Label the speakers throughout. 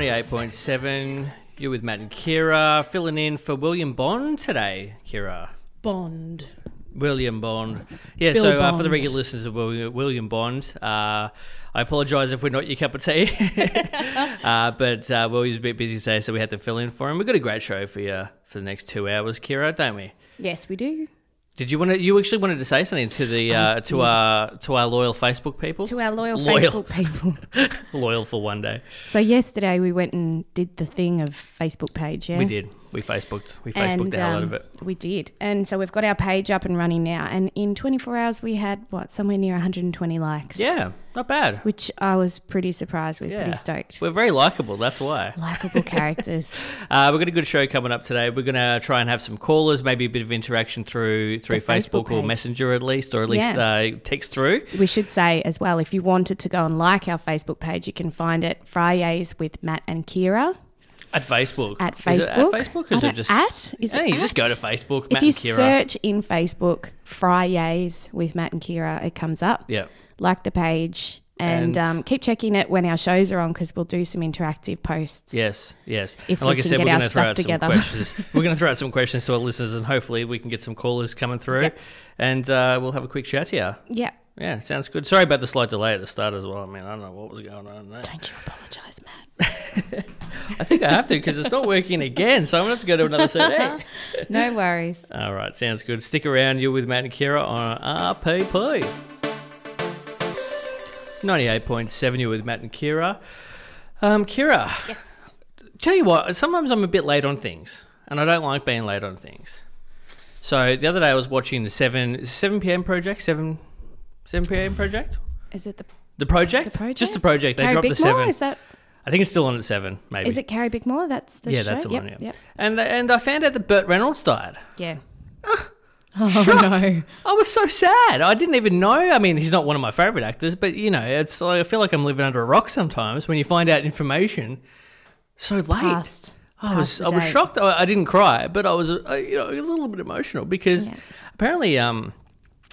Speaker 1: 98.7. You're with Matt and Kira, filling in for William Bond today, Kira.
Speaker 2: Bond.
Speaker 1: William Bond. Yeah,
Speaker 2: Bill
Speaker 1: so Uh, for the
Speaker 2: Bond.
Speaker 1: regular listeners of William, William Bond, uh, I apologise if we're not your cup of tea. uh, but uh, well, he was a bit busy today, so we had to fill in for him. We've got a great show for you for the next two hours, Kira, don't we?
Speaker 2: Yes, we do.
Speaker 1: Did you want to? You actually wanted to say something to the uh, to our to our loyal Facebook people,
Speaker 2: Um, To our loyal,
Speaker 1: Loyal.
Speaker 2: Facebook people.
Speaker 1: loyal for one day.
Speaker 2: so yesterday we went and did the thing of Facebook page, yeah?
Speaker 1: We did. We Facebooked. We Facebooked
Speaker 2: and,
Speaker 1: the hell out of
Speaker 2: um,
Speaker 1: it.
Speaker 2: We did. And so we've got our page up and running now. And in 24 hours we had, what, somewhere near 120 likes.
Speaker 1: Yeah, not bad.
Speaker 2: Which I was pretty surprised with,
Speaker 1: Yeah.
Speaker 2: pretty stoked.
Speaker 1: We're very likable. That's why.
Speaker 2: Likeable characters.
Speaker 1: Uh, we've got a good show coming up today. We're going to try and have some callers, maybe a bit of interaction through through
Speaker 2: The Facebook
Speaker 1: Facebook, or
Speaker 2: page.
Speaker 1: Messenger at least, or at least uh, text through.
Speaker 2: we should say as well, if you wanted to go and like our Facebook page, you can find it Fridays with Matt and Kira
Speaker 1: At Facebook.
Speaker 2: at
Speaker 1: Is it
Speaker 2: Facebook.
Speaker 1: at Facebook or
Speaker 2: I
Speaker 1: is it
Speaker 2: don't-
Speaker 1: just.
Speaker 2: at? Is
Speaker 1: Yeah,
Speaker 2: it
Speaker 1: you just go
Speaker 2: at?
Speaker 1: to Facebook,
Speaker 2: If
Speaker 1: Matt
Speaker 2: you
Speaker 1: and Kira.
Speaker 2: search in Facebook Fridays with Matt and Kira, it comes up.
Speaker 1: yeah.
Speaker 2: Like the page and,
Speaker 1: And-
Speaker 2: um, keep checking it when our shows are on because we'll do some interactive posts.
Speaker 1: Yes, yes.
Speaker 2: If
Speaker 1: and
Speaker 2: we
Speaker 1: like I
Speaker 2: can
Speaker 1: said,
Speaker 2: get
Speaker 1: we're
Speaker 2: our
Speaker 1: going to throw
Speaker 2: stuff
Speaker 1: out
Speaker 2: together.
Speaker 1: some questions. we're going to throw out some questions to our listeners, and hopefully we can get some callers coming through,
Speaker 2: Yep.
Speaker 1: and uh, we'll have a quick chat here.
Speaker 2: Yeah.
Speaker 1: Yeah, sounds good. Sorry about the slight delay at the start as well. I mean, I don't know what was going on there.
Speaker 2: Don't you apologise, Matt.
Speaker 1: I think I have to because it's not working again, so I'm going to have to go to another CD.
Speaker 2: no worries.
Speaker 1: All right, sounds good. Stick around. You're with Matt and Kira on RPP. 98.7, you're with Matt and Kira. Um, Kira,
Speaker 2: Yes.
Speaker 1: tell you what, sometimes I'm a bit late on things, and I don't like being late on things. So the other day I was watching the 7, 7 p.m. project, 7, 7 p.m. project?
Speaker 2: Is it the,
Speaker 1: The project?
Speaker 2: the project?
Speaker 1: Just the project. They
Speaker 2: Carrie
Speaker 1: dropped
Speaker 2: Bickmore?
Speaker 1: the 7.
Speaker 2: Is that
Speaker 1: I think it's still on at 7, maybe.
Speaker 2: is it Carrie Bickmore? That's the
Speaker 1: yeah,
Speaker 2: show.
Speaker 1: that's the
Speaker 2: yep,
Speaker 1: one, yeah.
Speaker 2: Yep.
Speaker 1: And, and I found out that Burt Reynolds died.
Speaker 2: Yeah. Oh
Speaker 1: Shocked.
Speaker 2: no!
Speaker 1: I was so sad. I didn't even know. I mean, he's not one of my favorite actors, but you know, it's like, I feel like I'm living under a rock sometimes when you find out information so late.
Speaker 2: Past.
Speaker 1: I was
Speaker 2: past the
Speaker 1: I was
Speaker 2: date.
Speaker 1: shocked. I, I didn't cry, but I was uh, you know a little bit emotional because
Speaker 2: Yeah.
Speaker 1: apparently um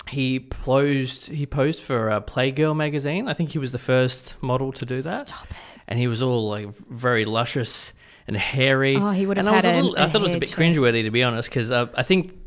Speaker 1: he posed he posed for uh, Playgirl magazine. I think he was the first model to do that.
Speaker 2: Stop it.
Speaker 1: And he was all like very luscious and hairy.
Speaker 2: Oh, he would have
Speaker 1: and I was
Speaker 2: had
Speaker 1: a
Speaker 2: a-
Speaker 1: little, I
Speaker 2: a
Speaker 1: thought it was a
Speaker 2: hair
Speaker 1: bit
Speaker 2: chest.
Speaker 1: cringeworthy to be honest because uh, I think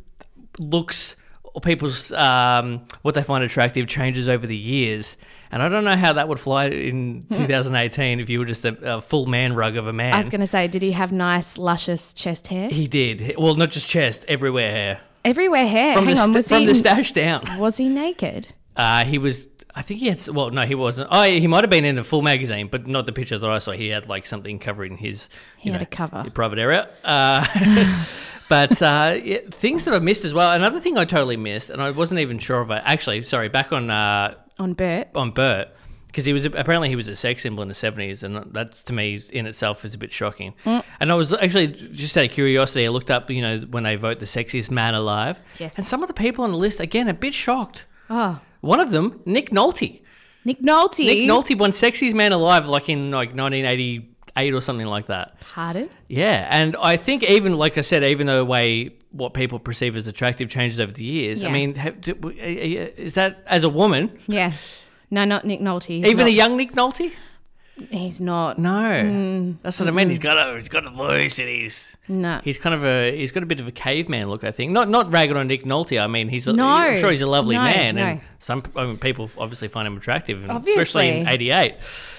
Speaker 1: looks or people's um, what they find attractive changes over the years. And I don't know how that would fly in 2018 if you were just a, a full man rug of a man.
Speaker 2: I was going to say, did he have nice, luscious chest hair?
Speaker 1: He did. Well, not just chest, everywhere hair.
Speaker 2: Everywhere hair.
Speaker 1: From,
Speaker 2: Hang
Speaker 1: the,
Speaker 2: on,
Speaker 1: sta-
Speaker 2: was
Speaker 1: from
Speaker 2: he
Speaker 1: the stash down.
Speaker 2: was he naked?
Speaker 1: Uh, he was, I think he had, s- well, no, he wasn't. Oh, he might have been in the full magazine, but not the picture that I saw. He had like something covering his,
Speaker 2: He
Speaker 1: you
Speaker 2: had
Speaker 1: know,
Speaker 2: a cover.
Speaker 1: his private area. Uh, but uh, yeah, things that I missed as well. Another thing I totally missed, and I wasn't even sure of it. Actually, sorry, back on uh,
Speaker 2: on Bert.
Speaker 1: on Bert because he was apparently he was a sex symbol in the seventies, and that to me is- in itself is a bit shocking.
Speaker 2: Mm.
Speaker 1: And I was actually just out of curiosity, I looked up you know when they vote the sexiest man alive,
Speaker 2: Yes.
Speaker 1: and some of the people on the list again a bit shocked.
Speaker 2: Oh,
Speaker 1: One of them, Nick Nolte.
Speaker 2: Nick Nolte.
Speaker 1: Nick Nolte won sexiest man alive like in like nineteen eighty eight or something like that.
Speaker 2: Pardon?
Speaker 1: Yeah, and I think even like I said, even though the way what people perceive as attractive changes over the years, I
Speaker 2: Yeah.
Speaker 1: mean, ha- do- w- eh, eh, is that as a woman,
Speaker 2: Yeah. No, not Nick Nolte. He's
Speaker 1: even
Speaker 2: not,
Speaker 1: a young Nick Nolte?
Speaker 2: he's not.
Speaker 1: No,
Speaker 2: Mm.
Speaker 1: that's what I mean. He's got a he's got a voice, and he's
Speaker 2: No.
Speaker 1: he's kind of a he's got a bit of a caveman look. I think not not ragging on Nick Nolte. I mean, he's a,
Speaker 2: No.
Speaker 1: I'm sure he's a lovely
Speaker 2: No,
Speaker 1: man,
Speaker 2: no.
Speaker 1: and some I mean, people obviously find him attractive, and especially
Speaker 2: Obviously.
Speaker 1: in '88.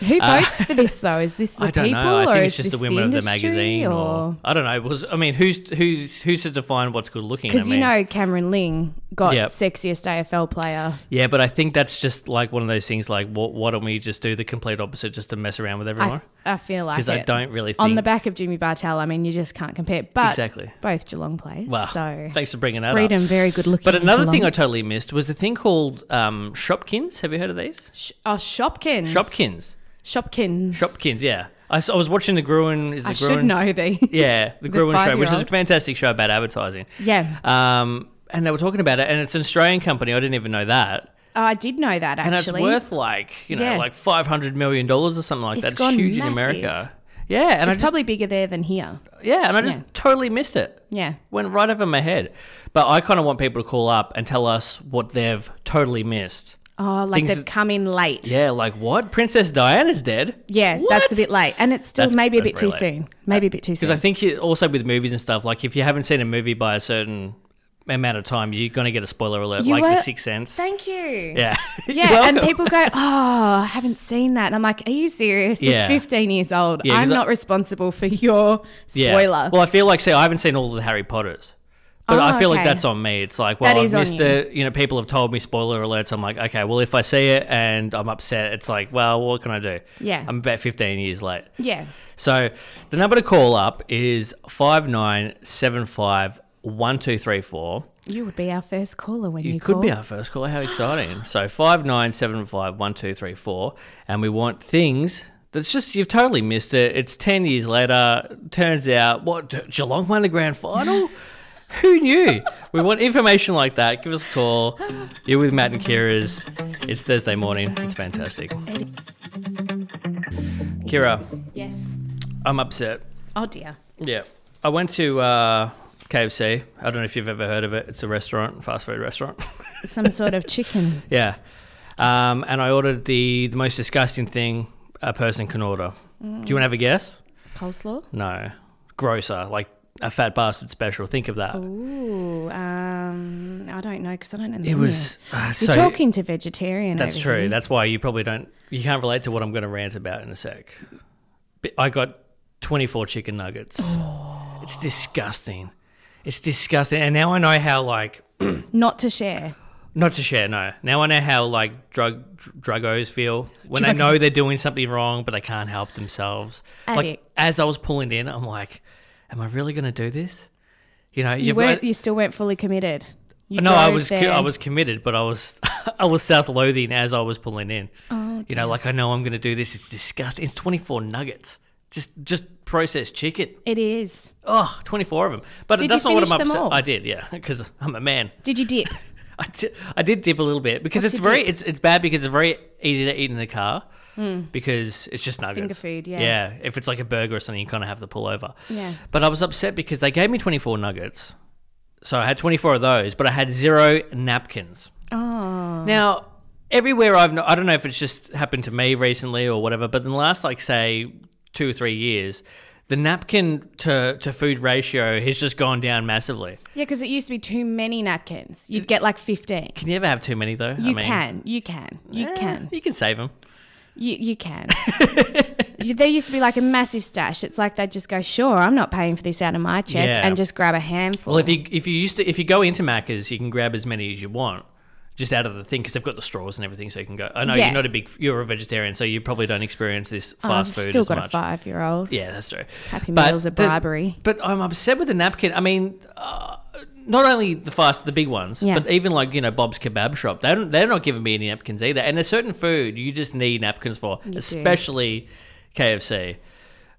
Speaker 2: Who votes for this though? Is this the
Speaker 1: Ah. I don't
Speaker 2: people
Speaker 1: know. I
Speaker 2: or
Speaker 1: think
Speaker 2: is
Speaker 1: it's just
Speaker 2: this
Speaker 1: the women of the
Speaker 2: industry,
Speaker 1: magazine, or...
Speaker 2: or
Speaker 1: I don't know. It was I mean, who's who's who's to define what's good looking? I
Speaker 2: because you
Speaker 1: mean.
Speaker 2: know Cameron Ling got
Speaker 1: Yep.
Speaker 2: sexiest AFL player.
Speaker 1: yeah, but I think that's just like one of those things. Like, what, why don't we just do the complete opposite, just to mess around with everyone?
Speaker 2: I, I feel like
Speaker 1: Because
Speaker 2: it.
Speaker 1: I, don't really think
Speaker 2: on the back of Jimmy Bartel. I mean, you just can't compare. But
Speaker 1: exactly.
Speaker 2: both Geelong players.
Speaker 1: Wow.
Speaker 2: so
Speaker 1: Thanks for bringing that up.
Speaker 2: freedom, very good looking.
Speaker 1: But another thing I
Speaker 2: Geelong.
Speaker 1: totally missed was the thing called um, Shopkins. Have you heard of these?
Speaker 2: Sh- oh, Shopkins.
Speaker 1: Shopkins.
Speaker 2: Shopkins.
Speaker 1: Shopkins, yeah. I, s- I was watching the Gruen. Is the
Speaker 2: I
Speaker 1: Gruen?
Speaker 2: should know these.
Speaker 1: Yeah, the, Gruen show, which is a
Speaker 2: five-year-old.
Speaker 1: fantastic show about advertising.
Speaker 2: Yeah.
Speaker 1: Um, and they were talking about it, and it's an Australian company. I didn't even know that.
Speaker 2: Oh, I did know that
Speaker 1: And
Speaker 2: actually.
Speaker 1: it's worth like, you know,
Speaker 2: Yeah.
Speaker 1: like $500 million or something like that.
Speaker 2: It's
Speaker 1: It's
Speaker 2: gone
Speaker 1: huge in
Speaker 2: massive.
Speaker 1: America. Yeah, and I
Speaker 2: it's
Speaker 1: just,
Speaker 2: probably bigger there than here.
Speaker 1: yeah, and I just
Speaker 2: yeah.
Speaker 1: totally missed it.
Speaker 2: Yeah.
Speaker 1: Went right over my head. But I kind of want people to call up and tell us what they've totally missed.
Speaker 2: Oh, like
Speaker 1: Things
Speaker 2: they've
Speaker 1: that-
Speaker 2: come in late.
Speaker 1: Yeah, like what? Princess Diana's dead.
Speaker 2: Yeah, that's a bit late, and it's still
Speaker 1: That's-
Speaker 2: maybe a
Speaker 1: that's
Speaker 2: bit too
Speaker 1: very late.
Speaker 2: soon. Maybe a bit too soon.
Speaker 1: Because I think you, also with movies and stuff, like if you haven't seen a movie by a certain amount of time, you're gonna get a spoiler alert,
Speaker 2: You
Speaker 1: like
Speaker 2: were-
Speaker 1: The Sixth Sense.
Speaker 2: Thank you.
Speaker 1: yeah. You're
Speaker 2: Yeah, and
Speaker 1: welcome.
Speaker 2: people go, "Oh, I haven't seen that," and I'm like, "Are you serious? It's
Speaker 1: Yeah.
Speaker 2: 15 years old.
Speaker 1: Yeah, 'cause
Speaker 2: I'm
Speaker 1: I-
Speaker 2: not responsible for your
Speaker 1: Yeah.
Speaker 2: spoiler."
Speaker 1: Well, I feel like see, I haven't seen all of the Harry Potters, but
Speaker 2: Oh,
Speaker 1: I feel like
Speaker 2: okay.
Speaker 1: that's on me. It's like,
Speaker 2: That
Speaker 1: well,
Speaker 2: is
Speaker 1: I've
Speaker 2: on
Speaker 1: missed
Speaker 2: you.
Speaker 1: it. You know, people have told me spoiler alerts. I'm like, okay, well, if I see it and I'm upset, it's like, well, what can I do?
Speaker 2: Yeah.
Speaker 1: I'm about 15 years late.
Speaker 2: yeah,
Speaker 1: So the number to call up is five nine seven five one two three four.
Speaker 2: you would be our first caller when you,
Speaker 1: It could
Speaker 2: call.
Speaker 1: be our first caller. How exciting! so five nine seven five one two three four, and we want things that's just you've totally missed it. It's ten years later. Turns out, what Ge- Geelong won the grand final. Who knew? we want information like that. Give us a call. You're with Matt and Kira's. It's Thursday morning. It's fantastic. Kira,
Speaker 2: Yes.
Speaker 1: I'm upset.
Speaker 2: Oh dear.
Speaker 1: Yeah. I went to uh, KFC. I don't know if you've ever heard of it. It's a restaurant, fast food restaurant.
Speaker 2: Some sort of chicken.
Speaker 1: yeah. Um, and I ordered the, the most disgusting thing a person can order. Do you want to have a guess?
Speaker 2: Coleslaw?
Speaker 1: No. Grosser, like a fat bastard special. Think of that.
Speaker 2: Ooh, um, I don't know because I don't know. The
Speaker 1: It
Speaker 2: menu.
Speaker 1: was. Uh, so
Speaker 2: You're talking to vegetarian.
Speaker 1: That's
Speaker 2: over
Speaker 1: true.
Speaker 2: here.
Speaker 1: That's why you probably don't. You can't relate to what I'm going to rant about in a sec. But I got 24 chicken nuggets. It's disgusting. It's disgusting. And now I know how like
Speaker 2: Not to share.
Speaker 1: Not to share, no. Now I know how like drug dr- druggos feel when they
Speaker 2: Drug-
Speaker 1: know they're doing something wrong, but they can't help themselves. Like
Speaker 2: Addict.
Speaker 1: as I was pulling in, I'm like, "Am I really gonna do this?" You know,
Speaker 2: You
Speaker 1: you've-
Speaker 2: weren't. you still weren't fully committed. You
Speaker 1: no, I
Speaker 2: drove
Speaker 1: was co-
Speaker 2: there.
Speaker 1: I was committed, but I was I was self-loathing as I was pulling in.
Speaker 2: Oh,
Speaker 1: you know, like I know I'm gonna do this. It's disgusting. It's 24 nuggets, just just processed chicken.
Speaker 2: It is.
Speaker 1: Oh, 24 of them. But
Speaker 2: Did you
Speaker 1: that's not what I'm
Speaker 2: finish them
Speaker 1: upset.
Speaker 2: all?
Speaker 1: I did, yeah, because I'm a man.
Speaker 2: Did you dip?
Speaker 1: I did, I did dip a little bit because
Speaker 2: What's
Speaker 1: it's
Speaker 2: your
Speaker 1: very
Speaker 2: dip? Hmm.
Speaker 1: it's it's bad because it's very easy to eat in the car because it's just nuggets.
Speaker 2: food, yeah.
Speaker 1: Yeah, if it's like a burger or something, you kind of have to pull over.
Speaker 2: Yeah.
Speaker 1: But I was upset because they gave me 24 nuggets, so I had 24 of those, but I had zero napkins.
Speaker 2: Oh.
Speaker 1: Now, everywhere I've, no, I don't know if it's just happened to me recently or whatever, but in the last, like, say, two or three years, the napkin to, to food ratio has just gone down massively.
Speaker 2: Yeah, because it used to be too many napkins. You'd get like 15.
Speaker 1: Can you ever have too many, though? eh,
Speaker 2: You can. You can. You can.
Speaker 1: You can save them.
Speaker 2: You, you can. You- there used to be like a massive stash. It's like they'd just go, sure, I'm not paying for this out of my check
Speaker 1: Yeah.
Speaker 2: and just grab a handful.
Speaker 1: Well, if you if you used to if you go into Macca's, you can grab as many as you want, just out of the thing because they've got the straws and everything, so you can go. I know
Speaker 2: Yeah.
Speaker 1: you're not a big you're a vegetarian, so you probably don't experience this
Speaker 2: Oh,
Speaker 1: fast
Speaker 2: I've
Speaker 1: food
Speaker 2: still
Speaker 1: as
Speaker 2: got
Speaker 1: much.
Speaker 2: a five year old.
Speaker 1: Yeah, that's true.
Speaker 2: Happy
Speaker 1: But
Speaker 2: meals are
Speaker 1: the-
Speaker 2: bribery.
Speaker 1: But I'm upset with the napkin. I mean, uh, not only the fast, the big ones,
Speaker 2: Yeah.
Speaker 1: but even like you know Bob's Kebab Shop, they don't, they're not giving me any napkins either. And there's certain food you just need napkins for, especially KFC.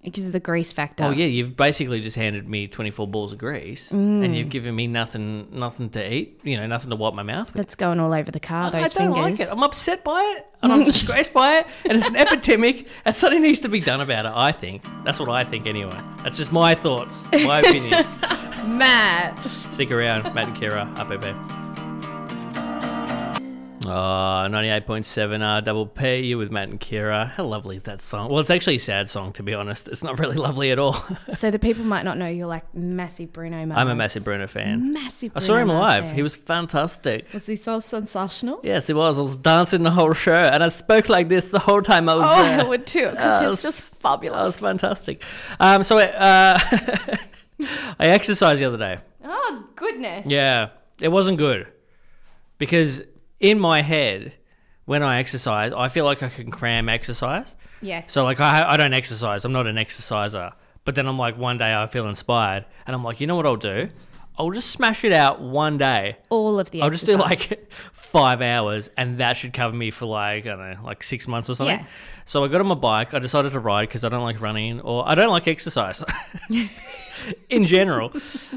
Speaker 2: Because of the grease factor.
Speaker 1: Oh yeah, you've basically just handed me 24 balls of grease, and
Speaker 2: Mm.
Speaker 1: you've given me nothing, nothing to eat. You know, nothing to wipe my mouth with.
Speaker 2: That's going all over the car, those
Speaker 1: I don't like
Speaker 2: fingers.
Speaker 1: it. I'm upset by it, and I'm disgraced by it, and it's an epidemic, and something needs to be done about it. I think that's what I think anyway. That's just my thoughts, my opinions.
Speaker 2: Matt.
Speaker 1: Stick around, Matt and Kira, up babe. Oh, 98.7 double P, you with Matt and Kira. How lovely is that song? Well, it's actually a sad song, to be honest. It's not really lovely at all.
Speaker 2: So the people might not know you're like massive Bruno Mars.
Speaker 1: I'm a massive Bruno fan.
Speaker 2: Massive
Speaker 1: I saw
Speaker 2: Bruno
Speaker 1: him
Speaker 2: Mars
Speaker 1: live.
Speaker 2: fan.
Speaker 1: He was fantastic.
Speaker 2: Was he so sensational?
Speaker 1: Yes, he was. I was dancing the whole show, and I spoke like this the whole time I was
Speaker 2: Oh,
Speaker 1: there.
Speaker 2: I would too,
Speaker 1: Yeah,
Speaker 2: because
Speaker 1: it
Speaker 2: he's
Speaker 1: was-
Speaker 2: just
Speaker 1: uh, That was
Speaker 2: fabulous.
Speaker 1: fantastic. Um, so uh, I exercised the other day.
Speaker 2: Oh, goodness.
Speaker 1: Yeah, it wasn't good because in my head, when I exercise, I feel like I can cram exercise.
Speaker 2: Yes.
Speaker 1: So like I I don't exercise. I'm not an exerciser. But then I'm like one day I feel inspired, and I'm like, you know what I'll do? I'll just smash it out one day.
Speaker 2: all of the
Speaker 1: I'll just do
Speaker 2: exercise.
Speaker 1: like five hours, and that should cover me for like I don't know, like six months or something.
Speaker 2: Yeah.
Speaker 1: So I got on my bike. I decided to ride because I don't like running or I don't like exercise in general.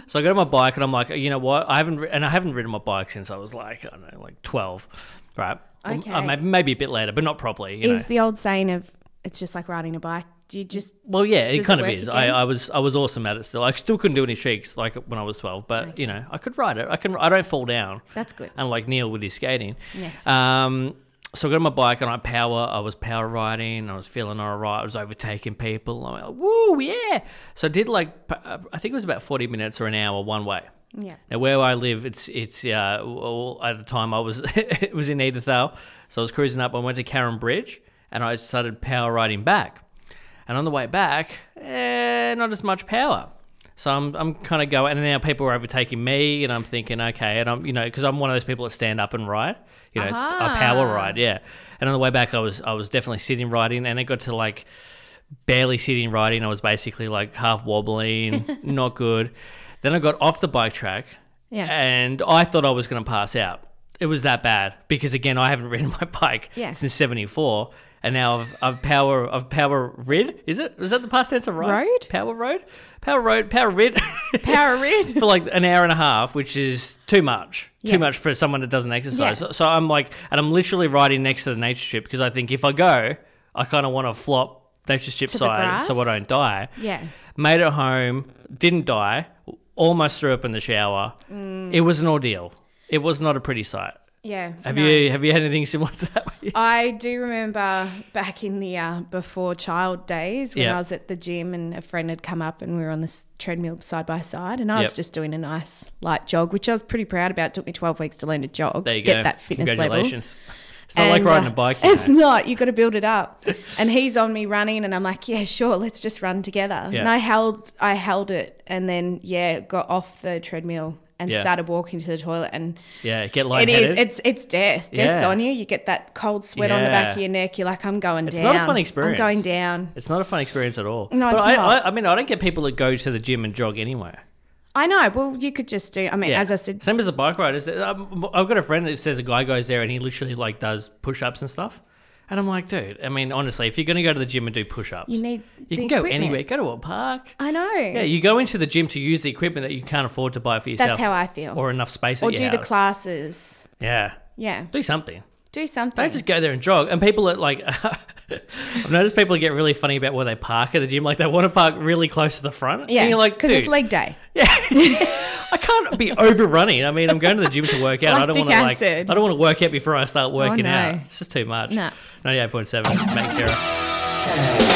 Speaker 1: so I got on my bike, and I'm like, you know what? I haven't ri- and I haven't ridden my bike since I was like I don't know, like twelve, right? Or-
Speaker 2: Okay.
Speaker 1: uh, maybe, maybe a bit later, but not properly. You
Speaker 2: is
Speaker 1: know.
Speaker 2: the old saying of it's just like riding a bike. Do you just
Speaker 1: Well, yeah,
Speaker 2: Does
Speaker 1: it
Speaker 2: it
Speaker 1: kind of
Speaker 2: work
Speaker 1: is. I,
Speaker 2: again?
Speaker 1: I was I was awesome at it still. I still couldn't do any tricks like when I was twelve, but you know I could ride it. I can. I don't fall down
Speaker 2: that's good.
Speaker 1: and like Neil with his skating.
Speaker 2: Yes.
Speaker 1: Um, so I got on my bike and I power. I was power riding. I was feeling all right. I was overtaking people. I'm like, woo, yeah. So I did like, p- uh, I think it was about 40 minutes or an hour one way.
Speaker 2: Yeah.
Speaker 1: Now where I live, it's it's uh, well, at the time I was it was in Edithvale, so I was cruising up. I went to Karen Bridge, and I started power riding back. And on the way back, eh, not as much power. So I'm I'm kind of going, and now people are overtaking me, and I'm thinking, okay, and I'm you know because I'm one of those people that stand up and ride, you know,
Speaker 2: Aha.
Speaker 1: a power ride, yeah. And on the way back, I was I was definitely sitting riding, and it got to like barely sitting riding. I was basically like half wobbling, not good. Then I got off the bike track,
Speaker 2: Yeah.
Speaker 1: and I thought I was going to pass out. It was that bad because again, I haven't ridden my bike
Speaker 2: Yeah.
Speaker 1: since '74, and now I've, I've power I've power rid. Is it is that the past tense of ride?
Speaker 2: Road?
Speaker 1: Power road, power road, power rid.
Speaker 2: Power rid.
Speaker 1: for like an hour and a half, which is too much.
Speaker 2: Yeah.
Speaker 1: Too much for someone that doesn't exercise.
Speaker 2: Yeah.
Speaker 1: So, so I'm like, and I'm literally riding next to the nature strip because I think if I go, I kind of want to flop nature strip
Speaker 2: To the
Speaker 1: side so I
Speaker 2: grass?
Speaker 1: don't die.
Speaker 2: Yeah.
Speaker 1: Made it home, didn't die, almost threw up in the shower.
Speaker 2: Mm.
Speaker 1: It was an ordeal. It was not a pretty sight.
Speaker 2: Yeah.
Speaker 1: Have
Speaker 2: no.
Speaker 1: you have you had anything similar to that?
Speaker 2: I do remember back in the uh, before child days when
Speaker 1: Yeah.
Speaker 2: I was at the gym and a friend had come up and we were on this treadmill side by side and I was
Speaker 1: Yep.
Speaker 2: just doing a nice light jog, which I was pretty proud about. It took me 12 weeks to learn to jog,
Speaker 1: There you
Speaker 2: get
Speaker 1: go.
Speaker 2: that fitness level.
Speaker 1: Congratulations. It's not like
Speaker 2: And,
Speaker 1: riding
Speaker 2: uh,
Speaker 1: a bike. You
Speaker 2: It's
Speaker 1: know.
Speaker 2: not. You've got to build it up. and he's on me running, and I'm like, yeah, sure, let's just run together.
Speaker 1: Yeah.
Speaker 2: And I held, I held it, and then yeah, got off the treadmill and
Speaker 1: Yeah.
Speaker 2: started walking to the toilet. And
Speaker 1: Yeah, get
Speaker 2: it
Speaker 1: lightheaded.
Speaker 2: is, it's it's death. Death's
Speaker 1: Yeah.
Speaker 2: on you. You get that cold sweat on the back of
Speaker 1: Yeah.
Speaker 2: your neck. You're like, I'm going down.
Speaker 1: not a fun experience.
Speaker 2: I'm going down.
Speaker 1: It's not a fun experience at all.
Speaker 2: No,
Speaker 1: but
Speaker 2: it's
Speaker 1: I,
Speaker 2: not.
Speaker 1: I, I mean, I don't get people that go to the gym and jog anyway.
Speaker 2: I know. Well, you could just do. I mean,
Speaker 1: Yeah.
Speaker 2: as I said,
Speaker 1: same as the bike riders. Um, I've got a friend that says a guy goes there and he literally like does push-ups and stuff. And I'm like, dude. I mean, honestly, if you're going to go to the gym and do push-ups,
Speaker 2: you need.
Speaker 1: you
Speaker 2: the
Speaker 1: can go
Speaker 2: equipment.
Speaker 1: anywhere. Go to a park.
Speaker 2: I know.
Speaker 1: Yeah, you go into the gym to use the equipment that you can't afford to buy for yourself.
Speaker 2: That's how I feel. Or,
Speaker 1: Or enough space. at
Speaker 2: do
Speaker 1: your
Speaker 2: the
Speaker 1: house.
Speaker 2: classes.
Speaker 1: Yeah,
Speaker 2: Yeah,
Speaker 1: do something.
Speaker 2: do something.
Speaker 1: Don't just go there and jog. And people are like, I've noticed people get really funny about where they park at the gym. Like they want to park really close to the front.
Speaker 2: yeah,
Speaker 1: and you're like,
Speaker 2: because it's
Speaker 1: dude,
Speaker 2: leg day.
Speaker 1: I can't be overrunning. I mean, I'm going to the gym to work out. I don't want to
Speaker 2: Lactic
Speaker 1: like. I
Speaker 2: acid. Oh,
Speaker 1: don't want to work out before I start working
Speaker 2: no.
Speaker 1: out. It's just too much.
Speaker 2: No.
Speaker 1: Ninety-eight point seven. Matt Kira.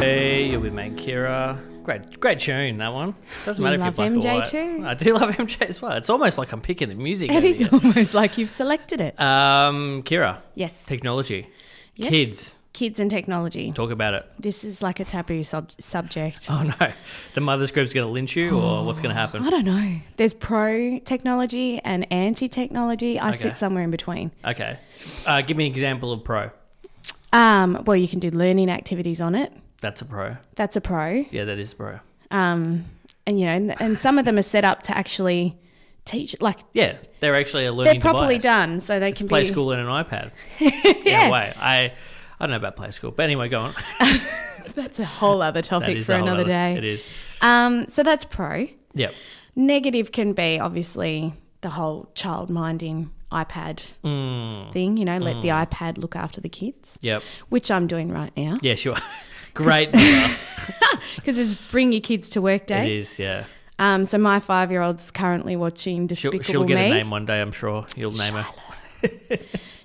Speaker 1: Hey, you'll be Matt Kira. Great, great tune that one. Doesn't
Speaker 2: You
Speaker 1: matter if
Speaker 2: love
Speaker 1: you're black
Speaker 2: MJ
Speaker 1: or white.
Speaker 2: too.
Speaker 1: I do love MJ as well. It's almost like I'm picking the music.
Speaker 2: It
Speaker 1: over
Speaker 2: is
Speaker 1: here.
Speaker 2: almost like you've selected it.
Speaker 1: Um, Kira,
Speaker 2: Uh, yes.
Speaker 1: technology,
Speaker 2: Yes.
Speaker 1: kids,
Speaker 2: Kids and technology.
Speaker 1: talk about it.
Speaker 2: This is like a taboo sub- subject.
Speaker 1: Oh no, the mother's group's going to lynch you, or what's going to happen?
Speaker 2: I don't know. There's pro technology and anti technology. I
Speaker 1: Okay.
Speaker 2: sit somewhere in between.
Speaker 1: Okay, uh, give me an example of pro.
Speaker 2: Um, well, you can do learning activities on it.
Speaker 1: That's a pro.
Speaker 2: That's a pro.
Speaker 1: Yeah, that is a pro.
Speaker 2: Um, and you know, and, and some of them are set up to actually teach. Like
Speaker 1: Yeah, they're actually a
Speaker 2: they're
Speaker 1: learning
Speaker 2: properly
Speaker 1: device.
Speaker 2: done, so they can
Speaker 1: Play
Speaker 2: be
Speaker 1: school in an iPad. yeah.
Speaker 2: Yeah.
Speaker 1: way. I, I don't know about play school, but anyway, go on.
Speaker 2: That's a whole other
Speaker 1: That
Speaker 2: topic
Speaker 1: is
Speaker 2: for
Speaker 1: a whole
Speaker 2: another
Speaker 1: other-
Speaker 2: day.
Speaker 1: It is.
Speaker 2: Um, so that's pro.
Speaker 1: Yep.
Speaker 2: Negative can be obviously the whole child minding iPad
Speaker 1: Mm,
Speaker 2: thing. You know, let the iPad look after the kids,
Speaker 1: yep.
Speaker 2: which I'm doing right now.
Speaker 1: Yeah, sure. Great. number.
Speaker 2: Because it's bring your kids to work
Speaker 1: it
Speaker 2: day.
Speaker 1: is. Yeah.
Speaker 2: Um, so my five year old's currently watching
Speaker 1: She'll,
Speaker 2: Despicable
Speaker 1: she'll get
Speaker 2: Me.
Speaker 1: a name one day, I'm sure. You'll name her.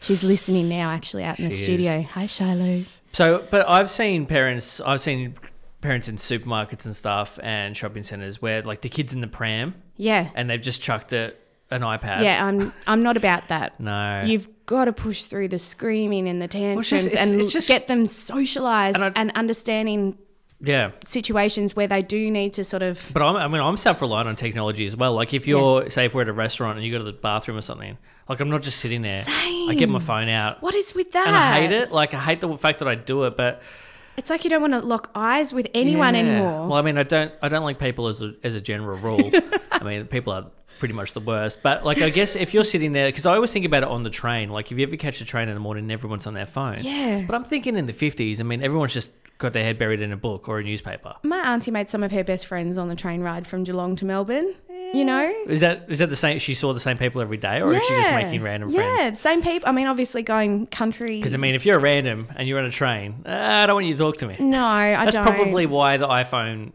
Speaker 2: She's listening now, actually, out in the
Speaker 1: She is.
Speaker 2: studio. Hi, Shiloh.
Speaker 1: So, but I've seen parents. I've seen parents in supermarkets and stuff and shopping centers where like the kids in the pram
Speaker 2: Yeah,
Speaker 1: and they've just chucked a, an iPad.
Speaker 2: yeah. I'm I'm not about that.
Speaker 1: No.
Speaker 2: You've got to push through the screaming and the tantrums
Speaker 1: just- it's-
Speaker 2: and
Speaker 1: it's just-
Speaker 2: get them socialized
Speaker 1: And
Speaker 2: and,
Speaker 1: I-
Speaker 2: understanding
Speaker 1: yeah.
Speaker 2: situations where they do need to sort of.
Speaker 1: But I'm, I mean, I'm self-reliant on technology as well. Like if you're, say, if we're at a restaurant and you go to the bathroom or something, like I'm not just sitting there. I get my
Speaker 2: Same.
Speaker 1: phone out,
Speaker 2: What is with that?
Speaker 1: and I hate it. Like I hate the fact that I do it, but
Speaker 2: It's like you don't want to lock eyes with anyone
Speaker 1: Yeah.
Speaker 2: anymore.
Speaker 1: Well, I mean, I don't, I don't like people as a, as a general rule. I mean, people are pretty much the worst. But like, I guess if you're sitting there, because I always think about it on the train. Like if you ever catch a train in the morning, and everyone's on their phone.
Speaker 2: Yeah.
Speaker 1: But I'm thinking in the 50s. I mean, everyone's just got their head buried in a book or a newspaper.
Speaker 2: My auntie made some of her best friends on the train ride from Geelong to Melbourne. You know,
Speaker 1: Is that is that the same? She saw the same people every day, or is she just making random friends?
Speaker 2: Yeah, same people. I mean, obviously going country.
Speaker 1: Because I mean, if you're a random and you're on a train, uh, I don't want you to talk to me.
Speaker 2: no, Mm, I
Speaker 1: That's
Speaker 2: don't.
Speaker 1: probably why the iPhone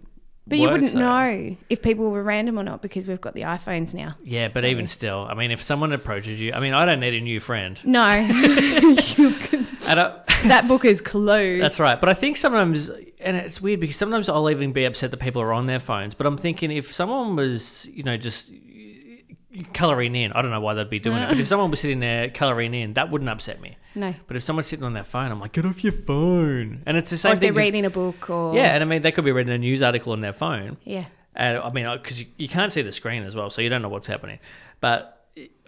Speaker 2: But you
Speaker 1: works,
Speaker 2: wouldn't
Speaker 1: though.
Speaker 2: know if people were random or not because we've got the iPhones now.
Speaker 1: Yeah, but
Speaker 2: So-
Speaker 1: even still, I mean, if someone approaches you, I mean, I don't need a new friend.
Speaker 2: No. You've-
Speaker 1: I don't,
Speaker 2: that book is closed.
Speaker 1: that's right. But I think sometimes, and it's weird because sometimes I'll even be upset that people are on their phones. But I'm thinking if someone was, you know, just coloring in, I don't know why they'd be doing it. But if someone was sitting there coloring in, that wouldn't upset me.
Speaker 2: No.
Speaker 1: But if someone's sitting on their phone, I'm like, get off your phone. And it's the same
Speaker 2: Or if they're
Speaker 1: thing. as-
Speaker 2: reading a book or.
Speaker 1: yeah, and I mean, they could be reading a news article on their phone.
Speaker 2: Yeah.
Speaker 1: And I mean, because you, you can't see the screen as well, so you don't know what's happening. But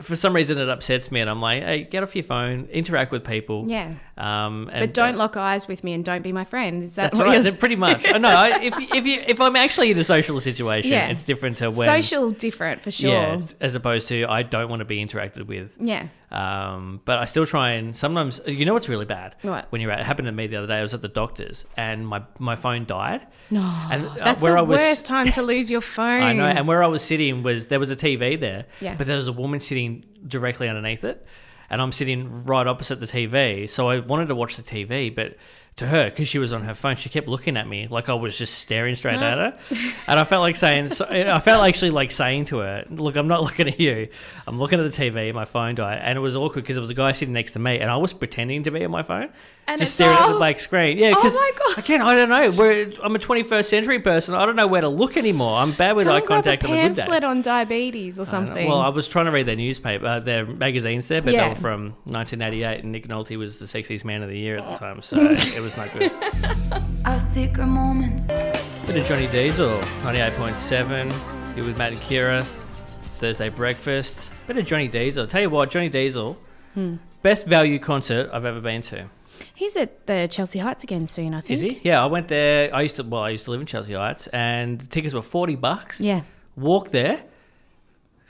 Speaker 1: for some reason, it upsets me, and I'm like, hey, get off your phone, interact with people.
Speaker 2: Yeah.
Speaker 1: Um, and,
Speaker 2: But don't lock eyes with me and don't be my friend. Is that
Speaker 1: That's
Speaker 2: what
Speaker 1: right.
Speaker 2: you're
Speaker 1: then Pretty much. I know. I- If if you if I'm actually in a social situation,
Speaker 2: Yeah.
Speaker 1: it's different to when.
Speaker 2: Social different for sure.
Speaker 1: Yeah. As opposed to I don't want to be interacted with.
Speaker 2: Yeah.
Speaker 1: Um, but I still try and sometimes you know what's really bad
Speaker 2: What?
Speaker 1: when you're at it happened to me the other day. I was at the doctor's and my my phone died.
Speaker 2: No.
Speaker 1: And uh,
Speaker 2: That's
Speaker 1: where
Speaker 2: the
Speaker 1: I was,
Speaker 2: worst time to lose your phone.
Speaker 1: I know. And where I was sitting was there was a TV there,
Speaker 2: Yeah.
Speaker 1: but there was a woman sitting directly underneath it, and I'm sitting right opposite the TV. So I wanted to watch the TV, but to her, because she was on her phone, she kept looking at me like I was just staring straight at her, and I felt like saying, so, I felt actually like saying to her, "Look, I'm not looking at you. I'm looking at the TV. My phone died, and it was awkward because there was a guy sitting next to me, and I was pretending to be on my phone."
Speaker 2: And
Speaker 1: just
Speaker 2: it's
Speaker 1: staring at the
Speaker 2: off.
Speaker 1: blank screen. Yeah,
Speaker 2: Oh
Speaker 1: because
Speaker 2: my God.
Speaker 1: again, I don't know. We're, I'm a 21st century person. I don't know where to look anymore. I'm bad with
Speaker 2: Don't
Speaker 1: eye
Speaker 2: grab
Speaker 1: contact
Speaker 2: a
Speaker 1: on a good
Speaker 2: pamphlet
Speaker 1: day.
Speaker 2: on diabetes or
Speaker 1: I don't know.
Speaker 2: something.
Speaker 1: Well, I was trying to read their newspaper, uh, their magazines there, but they
Speaker 2: Yeah.
Speaker 1: were from 1988, and Nick Nolte was the sexiest man of the year at the time, so it was not good.
Speaker 3: Our secret moments.
Speaker 1: Bit of Johnny Diesel, 98.7. Here with Matt and Kira. It's Thursday breakfast. Bit of Johnny Diesel. Tell you what, Johnny Diesel,
Speaker 2: Hmm.
Speaker 1: best value concert I've ever been to.
Speaker 2: He's at the Chelsea Heights again soon, I think.
Speaker 1: Is he? Yeah, I went there. I used to well, I used to live in Chelsea Heights, and the tickets were forty bucks.
Speaker 2: Yeah.
Speaker 1: Walked there.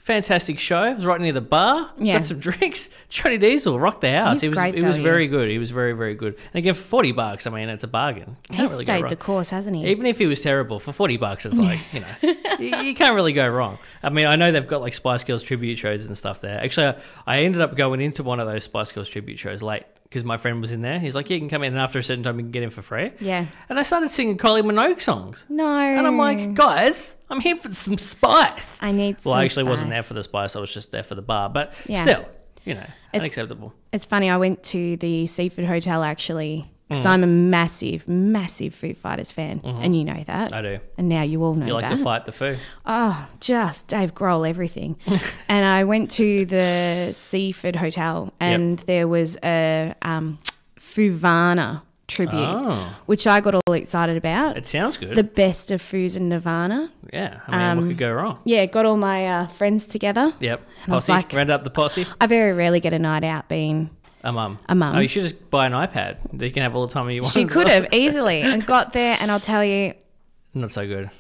Speaker 1: Fantastic show. It was right near the bar.
Speaker 2: Yeah.
Speaker 1: Got some drinks. Johnny Diesel rocked the house.
Speaker 2: He's
Speaker 1: he was
Speaker 2: great
Speaker 1: he was
Speaker 2: value.
Speaker 1: very good. He was very very good. And again, for forty bucks. I mean, it's a bargain. You
Speaker 2: He's
Speaker 1: can't really go
Speaker 2: stayed
Speaker 1: wrong.
Speaker 2: the course, hasn't he?
Speaker 1: Even if he was terrible for forty bucks, it's like you know you, you can't really go wrong. I mean, I know they've got like Spice Girls tribute shows and stuff there. Actually, I, I ended up going into one of those Spice Girls tribute shows late because my friend was in there. He's like, "Yeah, you can come in, and after a certain time, you can get in for free."
Speaker 2: Yeah.
Speaker 1: And I started singing Kylie Minogue songs,
Speaker 2: No.
Speaker 1: and I'm like, "Guys, I'm here for some Spice."
Speaker 2: I need.
Speaker 1: well,
Speaker 2: Hmm. some
Speaker 1: I actually wasn't
Speaker 2: spice.
Speaker 1: there for the Spice. I was just there for the bar, but
Speaker 2: Yeah.
Speaker 1: still, you know, unacceptable.
Speaker 2: It's funny. I went to the Seaford Hotel actually
Speaker 1: Mm.
Speaker 2: because I'm a massive, massive Foo Fighters fan, and you know that.
Speaker 1: Mm-hmm. I do.
Speaker 2: And now you all know
Speaker 1: You like
Speaker 2: that.
Speaker 1: to fight the foo.
Speaker 2: Oh, just Dave Grohl, everything. and I went to the Seaford Hotel, and there was a um, Fuvana tribute,
Speaker 1: Oh.
Speaker 2: which I got all excited about.
Speaker 1: It sounds good.
Speaker 2: the um, best of Foos and Nirvana.
Speaker 1: yeah. I mean, what could go wrong?
Speaker 2: Yeah, got all my uh, friends together.
Speaker 1: Yep.
Speaker 2: I was
Speaker 1: Posse.
Speaker 2: like-
Speaker 1: Round up the posse.
Speaker 2: I very rarely get a night out being.
Speaker 1: A mum.
Speaker 2: A mum.
Speaker 1: Oh, you should just buy an iPad. You can have all the time you want.
Speaker 2: She could have easily and got there, and I'll tell you,
Speaker 1: Not so good.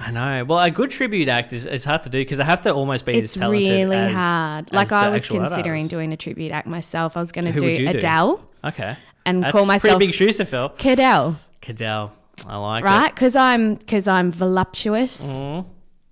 Speaker 1: I know. Well, a good tribute act is it's hard to do because I have to almost be
Speaker 2: it's
Speaker 1: as talented.
Speaker 2: really
Speaker 1: as-
Speaker 2: hard.
Speaker 1: as
Speaker 2: Like I
Speaker 1: the
Speaker 2: was
Speaker 1: actual
Speaker 2: considering
Speaker 1: artist.
Speaker 2: doing a tribute act myself. I was going to
Speaker 1: Who would
Speaker 2: do
Speaker 1: you do?
Speaker 2: Adele
Speaker 1: Okay.
Speaker 2: and
Speaker 1: That's
Speaker 2: call myself
Speaker 1: pretty big shoes to fill.
Speaker 2: Cadell,
Speaker 1: Cadell. I like it.
Speaker 2: right? Because I'm because I'm voluptuous
Speaker 1: Mm.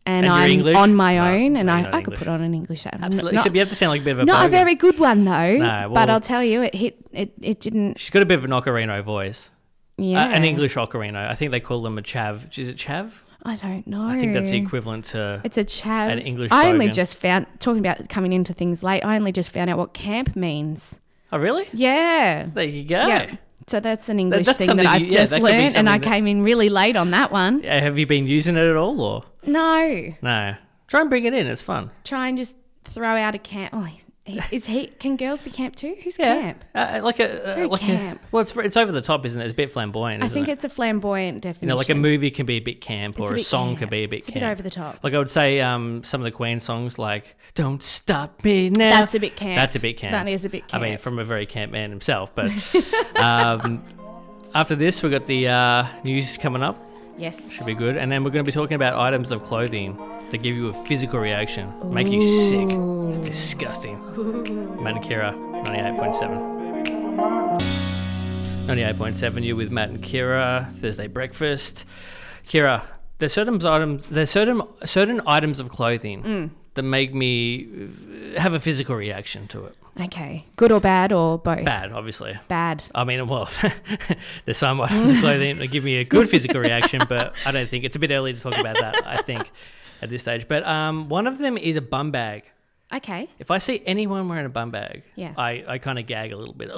Speaker 2: and,
Speaker 1: And you're
Speaker 2: I'm
Speaker 1: English?
Speaker 2: on my
Speaker 1: No,
Speaker 2: own, and
Speaker 1: no,
Speaker 2: I,
Speaker 1: you're not
Speaker 2: I could
Speaker 1: English.
Speaker 2: put on an English accent.
Speaker 1: Absolutely.
Speaker 2: Not,
Speaker 1: Except you have to sound like a bit of a.
Speaker 2: not a
Speaker 1: bogan.
Speaker 2: very good one though.
Speaker 1: No,
Speaker 2: but
Speaker 1: well-
Speaker 2: I'll tell you, it hit. It it didn't.
Speaker 1: She's got a bit of an ocarino voice.
Speaker 2: Yeah,
Speaker 1: Uh, an English ocarino. I think they call them a chav. Is it chav?
Speaker 2: I don't know.
Speaker 1: I think that's the equivalent to.
Speaker 2: It's a chav.
Speaker 1: An English
Speaker 2: I only
Speaker 1: bogan.
Speaker 2: just found talking about coming into things late. I only just found out what camp means.
Speaker 1: Oh, really?
Speaker 2: Yeah.
Speaker 1: There you go.
Speaker 2: Yeah. So that's an English
Speaker 1: that's
Speaker 2: thing
Speaker 1: something
Speaker 2: that I've
Speaker 1: you- yeah,
Speaker 2: just
Speaker 1: that could be
Speaker 2: learned, and I
Speaker 1: something that-
Speaker 2: came in really late on that one.
Speaker 1: Yeah, Have you been using it at all or?
Speaker 2: No,
Speaker 1: No. Try and bring it in. It's fun.
Speaker 2: try and just throw out a camp. Oh, he- is he? Can girls be camp too? Who's camp?
Speaker 1: Uh, like a uh,
Speaker 2: Very
Speaker 1: like
Speaker 2: camp.
Speaker 1: a well, it's it's over the top, isn't it? It's a bit flamboyant.
Speaker 2: I
Speaker 1: Isn't
Speaker 2: think
Speaker 1: it?
Speaker 2: it's a flamboyant definition.
Speaker 1: you know, like a movie can be a bit camp,
Speaker 2: It's
Speaker 1: or a,
Speaker 2: bit
Speaker 1: song can
Speaker 2: camp.
Speaker 1: be a bit
Speaker 2: It's a
Speaker 1: camp.
Speaker 2: bit over the top.
Speaker 1: Like I would say, um, some of the Queen songs, like "Don't Stop Me Now,"
Speaker 2: That's a bit camp.
Speaker 1: That's a bit camp.
Speaker 2: That is a bit camp.
Speaker 1: I mean, from a very camp man himself. But um, after this, we have got the uh, news coming up.
Speaker 2: yes.
Speaker 1: Should be good, and then we're going to be talking about items of clothing that give you a physical reaction, make you sick. It's disgusting. Matt and Kira, 98.7. 98.7, you with Matt and Kira, Thursday breakfast. Kira, there's certain items, there's certain certain items of clothing that make me have a physical reaction to it.
Speaker 2: Okay. Good or bad or both?
Speaker 1: Bad, obviously.
Speaker 2: Bad.
Speaker 1: I mean, well, there's some items of clothing that give me a good physical reaction, but I don't think it's a bit early to talk about that. I think at this stage, but um, one of them is a bum bag.
Speaker 2: Okay.
Speaker 1: If I see anyone wearing a bum bag,
Speaker 2: Yeah.
Speaker 1: I, I kind of gag a little bit.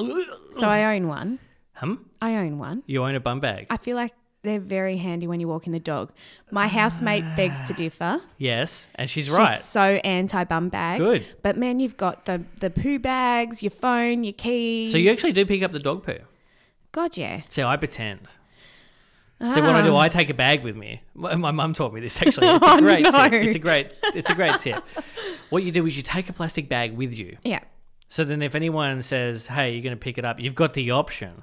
Speaker 2: So I own one.
Speaker 1: Hum?
Speaker 2: I own one.
Speaker 1: You own a bum bag?
Speaker 2: I feel like they're very handy when you're walking the dog. My housemate begs to differ.
Speaker 1: yes, and she's
Speaker 2: She's
Speaker 1: right.
Speaker 2: so anti bum bag.
Speaker 1: Good.
Speaker 2: But man, you've got the the poo bags, your phone, your keys.
Speaker 1: So you actually do pick up the dog poo.
Speaker 2: God, yeah.
Speaker 1: So I pretend. So what I do, I take a bag with me. My my mum taught me this actually. It's a
Speaker 2: Ah. Oh,
Speaker 1: great
Speaker 2: no.
Speaker 1: tip. It's a great it's a great tip. What you do is you take a plastic bag with you.
Speaker 2: Yeah.
Speaker 1: So then if anyone says, "Hey, you're going to pick it up," you've got the option.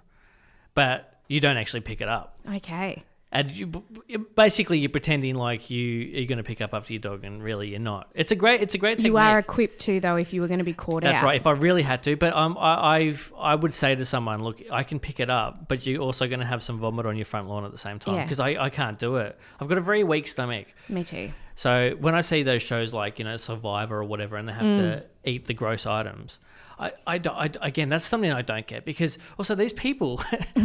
Speaker 1: But you don't actually pick it up.
Speaker 2: Okay.
Speaker 1: And you, b- you- basically you're pretending like you you're going to pick up after your dog and really you're not. It's a great it's a great technique.
Speaker 2: You are equipped to though if you were going to be caught
Speaker 1: That's
Speaker 2: out.
Speaker 1: right. If I really had to, but um, I I've, I would say to someone, look, I can pick it up, but you're also going to have some vomit on your front lawn at the same time
Speaker 2: Yeah.
Speaker 1: because I, I can't do it. I've got a very weak stomach,
Speaker 2: Me too.
Speaker 1: so when I see those shows like you know Survivor or whatever, and they have to eat the gross items, I, I, do- I again that's something I don't get because also these people.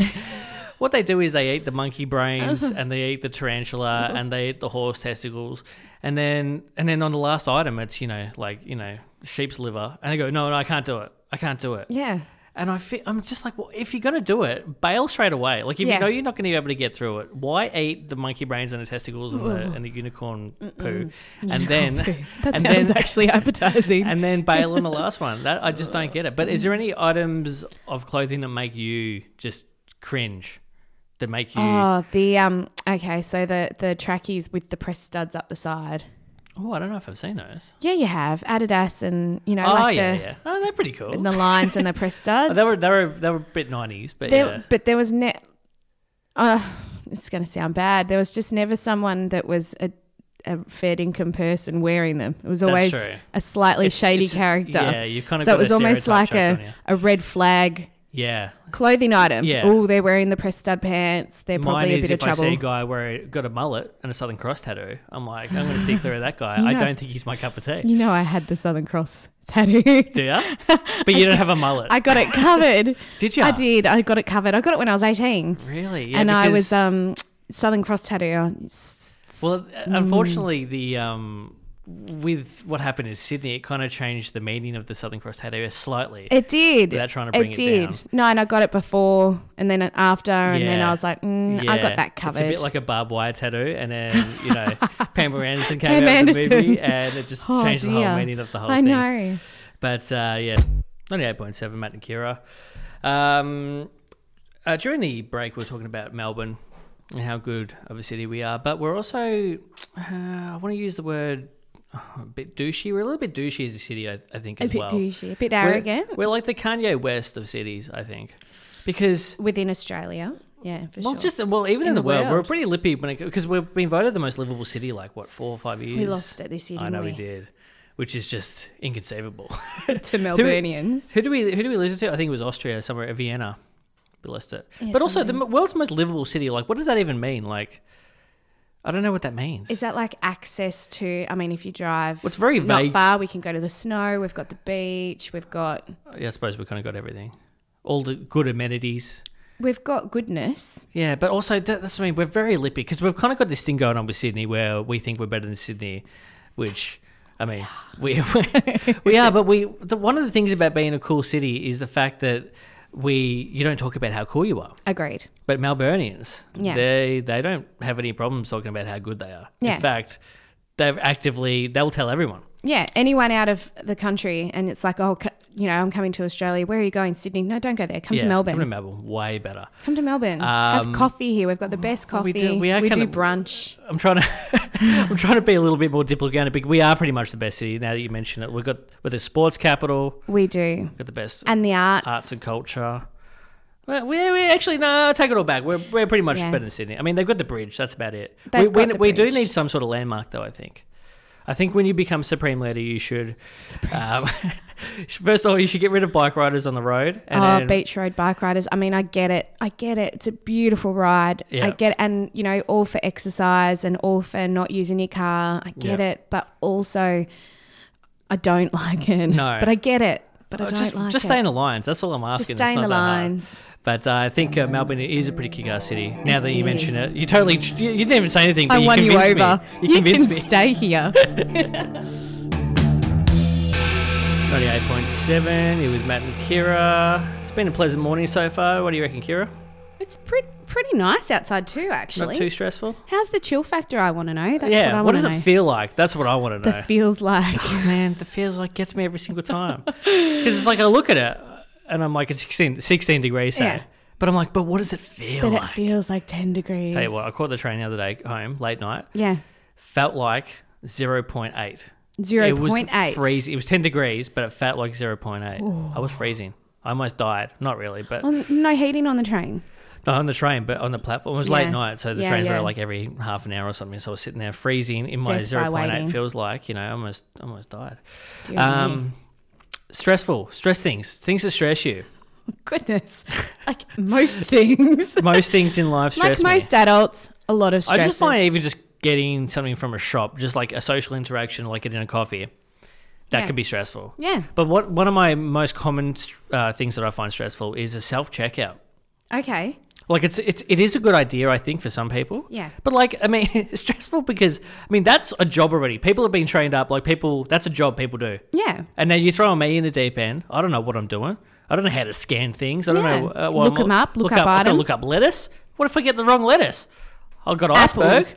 Speaker 1: What they do is they eat the monkey brains and they eat the tarantula and they eat the horse testicles and then and then on the last item it's you know like you know sheep's liver and they go no no I can't do it I can't do it
Speaker 2: Yeah.
Speaker 1: and I feel, I'm just like well if you're gonna do it bail straight away like if
Speaker 2: Yeah.
Speaker 1: you know you're not gonna be able to get through it why eat the monkey brains and the testicles and the, and the unicorn poo and then
Speaker 2: That
Speaker 1: and
Speaker 2: sounds
Speaker 1: then
Speaker 2: actually appetizing.
Speaker 1: and then bail on the last one that I just don't get it but is there any items of clothing that make you just cringe that make you
Speaker 2: oh, the um. Okay, so the the trackies with the press studs up the side.
Speaker 1: Oh, I don't know if I've seen those.
Speaker 2: Yeah, you have Adidas and you know
Speaker 1: oh
Speaker 2: like
Speaker 1: yeah,
Speaker 2: the
Speaker 1: yeah. Oh, they're pretty cool.
Speaker 2: and the lines and the press studs.
Speaker 1: Oh, they were they were they were a bit nineties, but
Speaker 2: There,
Speaker 1: yeah.
Speaker 2: but there was ne- uh, it's going to sound bad. There was just never someone that was a, a fair income person wearing them. It was always
Speaker 1: true.
Speaker 2: a slightly
Speaker 1: It's-
Speaker 2: shady
Speaker 1: it's-
Speaker 2: character.
Speaker 1: yeah, you've kinda
Speaker 2: so
Speaker 1: got
Speaker 2: it was
Speaker 1: a
Speaker 2: almost
Speaker 1: stereotype
Speaker 2: like
Speaker 1: chucked on
Speaker 2: a,
Speaker 1: you.
Speaker 2: a red flag
Speaker 1: Yeah.
Speaker 2: clothing item.
Speaker 1: Yeah.
Speaker 2: Oh, they're wearing the press stud pants. They're
Speaker 1: Mine
Speaker 2: probably a
Speaker 1: is
Speaker 2: bit of
Speaker 1: if I
Speaker 2: trouble.
Speaker 1: see a guy where he got a mullet and a Southern Cross tattoo, I'm like, I'm gonna steer clear of that guy. I
Speaker 2: know-
Speaker 1: don't think he's my cup of tea.
Speaker 2: you know, I had the Southern Cross tattoo.
Speaker 1: Do ya? But you don't have a mullet.
Speaker 2: I got it covered.
Speaker 1: Did ya?
Speaker 2: I did. I got it covered. I got it when I was 18.
Speaker 1: really? Yeah,
Speaker 2: and I was
Speaker 1: because-
Speaker 2: um, Southern Cross tattoo.
Speaker 1: Well, uh,
Speaker 2: mm.
Speaker 1: unfortunately, the um, with what happened in Sydney, it kind of changed the meaning of the Southern Cross tattoo slightly.
Speaker 2: It did.
Speaker 1: Without trying to bring it down.
Speaker 2: No, and I got it before and then after, and then
Speaker 1: Yeah.
Speaker 2: I was like, mm, I
Speaker 1: Yeah,
Speaker 2: got that covered.
Speaker 1: It's a bit like a barbed wire tattoo, and then you know Pamela Anderson came out
Speaker 2: Pam
Speaker 1: of the
Speaker 2: Anderson.
Speaker 1: movie, and it just
Speaker 2: Oh,
Speaker 1: changed the
Speaker 2: dear.
Speaker 1: whole meaning of the whole
Speaker 2: I
Speaker 1: thing.
Speaker 2: know.
Speaker 1: But uh, yeah, ninety-eight point seven, Matt and Kira. Um, uh, during the break, we were talking about Melbourne and how good of a city we are, but we're also uh, I want to use the word uh, a bit douchey. We're a little bit douchey as a city, I, I think,
Speaker 2: A
Speaker 1: as
Speaker 2: bit
Speaker 1: well.
Speaker 2: douchey, a bit
Speaker 1: We're-
Speaker 2: arrogant
Speaker 1: We're like the Kanye West of cities, I think, because
Speaker 2: within Australia. Yeah, for
Speaker 1: well,
Speaker 2: sure.
Speaker 1: just well, even in, the,
Speaker 2: the
Speaker 1: world, we're
Speaker 2: world.
Speaker 1: pretty lippy when it because we've been voted the most livable city like what four or five years.
Speaker 2: we lost it this year,
Speaker 1: I
Speaker 2: didn't
Speaker 1: know
Speaker 2: we?
Speaker 1: we did, which is just inconceivable.
Speaker 2: To Melburnians.
Speaker 1: who do we who do we lose it to? I think it was Austria somewhere, Vienna. We lost it,
Speaker 2: Yeah,
Speaker 1: but also the m- world's most livable city. Like, what does that even mean? Like, I don't know what that means.
Speaker 2: Is that like access to? I mean, if you drive,
Speaker 1: Well, it's very
Speaker 2: not
Speaker 1: vague.
Speaker 2: far. We can go to the snow. We've got the beach. We've got
Speaker 1: yeah, I suppose we kind of got everything, all the good amenities.
Speaker 2: we've got goodness.
Speaker 1: Yeah, but also that, that's what I mean. We're very lippy because we've kind of got this thing going on with Sydney where we think we're better than Sydney, which I mean we we are. But we the, one of the things about being a cool city is the fact that we you don't talk about how cool you are.
Speaker 2: Agreed.
Speaker 1: But Melburnians,
Speaker 2: Yeah.
Speaker 1: they they don't have any problems talking about how good they are.
Speaker 2: Yeah.
Speaker 1: In fact, they've actively they'll tell everyone.
Speaker 2: Yeah, anyone out of the country, and it's like, oh, co- you know, I'm coming to Australia. Where are you going, Sydney? No, don't go there. Come to
Speaker 1: Yeah,
Speaker 2: Melbourne.
Speaker 1: Come to Melbourne, way better.
Speaker 2: Come to Melbourne.
Speaker 1: Um, oh,
Speaker 2: Have coffee here. We've got the best
Speaker 1: we
Speaker 2: coffee. We
Speaker 1: do-
Speaker 2: do,
Speaker 1: we are kinda-
Speaker 2: brunch.
Speaker 1: I'm trying to I'm trying to be a little bit more diplomatic. But we are pretty much the best city now that you mention it. We've got we're the sports capital.
Speaker 2: We do.
Speaker 1: We've got the best
Speaker 2: And the arts.
Speaker 1: arts and culture. Well, we, we actually no, I take it all back. We're, we're pretty much
Speaker 2: Yeah.
Speaker 1: better than Sydney. I mean, they've got the bridge. That's about it.
Speaker 2: They've
Speaker 1: we we,
Speaker 2: got the
Speaker 1: we do
Speaker 2: bridge.
Speaker 1: need some sort of landmark, though. I think. I think when you become supreme leader, you should. Um, first of all, you should get rid of bike riders on the road. And
Speaker 2: oh,
Speaker 1: then-
Speaker 2: beach road bike riders. I mean, I get it. I get it. It's a beautiful ride.
Speaker 1: Yeah.
Speaker 2: I get And, you know, all for exercise and all for not using your car. I get
Speaker 1: Yeah.
Speaker 2: it. But also, I don't like it.
Speaker 1: No.
Speaker 2: But I get it. But I
Speaker 1: Uh,
Speaker 2: don't
Speaker 1: just,
Speaker 2: like
Speaker 1: just
Speaker 2: it.
Speaker 1: stay in the lines. That's all I'm asking.
Speaker 2: Just
Speaker 1: It's
Speaker 2: stay in
Speaker 1: not
Speaker 2: the
Speaker 1: that hard.
Speaker 2: lines. Mm.
Speaker 1: But uh, I think uh, Melbourne is a pretty kick-ass city. Now that you mention it, you totally you, you didn't even say anything. But
Speaker 2: I
Speaker 1: you
Speaker 2: won you
Speaker 1: convinced me.
Speaker 2: over.
Speaker 1: You,
Speaker 2: You,
Speaker 1: convinced
Speaker 2: can
Speaker 1: me.
Speaker 2: stay here.
Speaker 1: 98.7. You're with Matt and Kira. It's been a pleasant morning so far. What do you reckon, Kira?
Speaker 2: it's pretty pretty nice outside too, actually.
Speaker 1: Not too stressful.
Speaker 2: How's the chill factor? I want to know. That's
Speaker 1: yeah.
Speaker 2: what I
Speaker 1: What,
Speaker 2: want to
Speaker 1: does
Speaker 2: know.
Speaker 1: it feel like? That's what I want to know.
Speaker 2: The feels like.
Speaker 1: Man, the feels like gets me every single time. Because it's like I look at it and I'm like, it's 16, 16 degrees, say.
Speaker 2: Yeah.
Speaker 1: But I'm like, but what does it feel
Speaker 2: but it
Speaker 1: like?
Speaker 2: feels like 10 degrees.
Speaker 1: Tell you what, I caught the train the other day home late night.
Speaker 2: Yeah.
Speaker 1: Felt like 0.8. It was
Speaker 2: 0.8.
Speaker 1: freezing. It was 10 degrees, but it felt like 0.8. I was freezing. I almost died. Not really, but
Speaker 2: Well, no heating on the train.
Speaker 1: not on the train, but on the platform. It was late
Speaker 2: Yeah.
Speaker 1: night, so the
Speaker 2: Yeah,
Speaker 1: trains
Speaker 2: yeah.
Speaker 1: were like every half an hour or something. So I was sitting there freezing in my
Speaker 2: Death by
Speaker 1: 0.8
Speaker 2: waiting.
Speaker 1: feels like, you know, I almost, almost died.
Speaker 2: Dear me.
Speaker 1: Um, stressful, stress things, things that stress you.
Speaker 2: Goodness. Like most things.
Speaker 1: Most things in life
Speaker 2: like
Speaker 1: stress me.
Speaker 2: most adults, a lot of stress.
Speaker 1: I just find even just getting something from a shop, just like a social interaction, like getting a coffee, that
Speaker 2: Yeah.
Speaker 1: can be stressful.
Speaker 2: Yeah.
Speaker 1: But what one of my most common uh, things that I find stressful is a self checkout.
Speaker 2: Okay.
Speaker 1: Like it's it's it is a good idea, I think, for some people.
Speaker 2: Yeah.
Speaker 1: But like, I mean, it's stressful because I mean that's a job already. People have been trained up. Like people, that's a job people do.
Speaker 2: Yeah.
Speaker 1: And now you're throwing me in the deep end. I don't know what I'm doing. I don't know how to scan things. I don't
Speaker 2: Yeah.
Speaker 1: know. uh,
Speaker 2: Look 'em up, look up
Speaker 1: I gotta
Speaker 2: item.
Speaker 1: Look up lettuce. What if I get the wrong lettuce? I've got iceberg.
Speaker 2: Apples.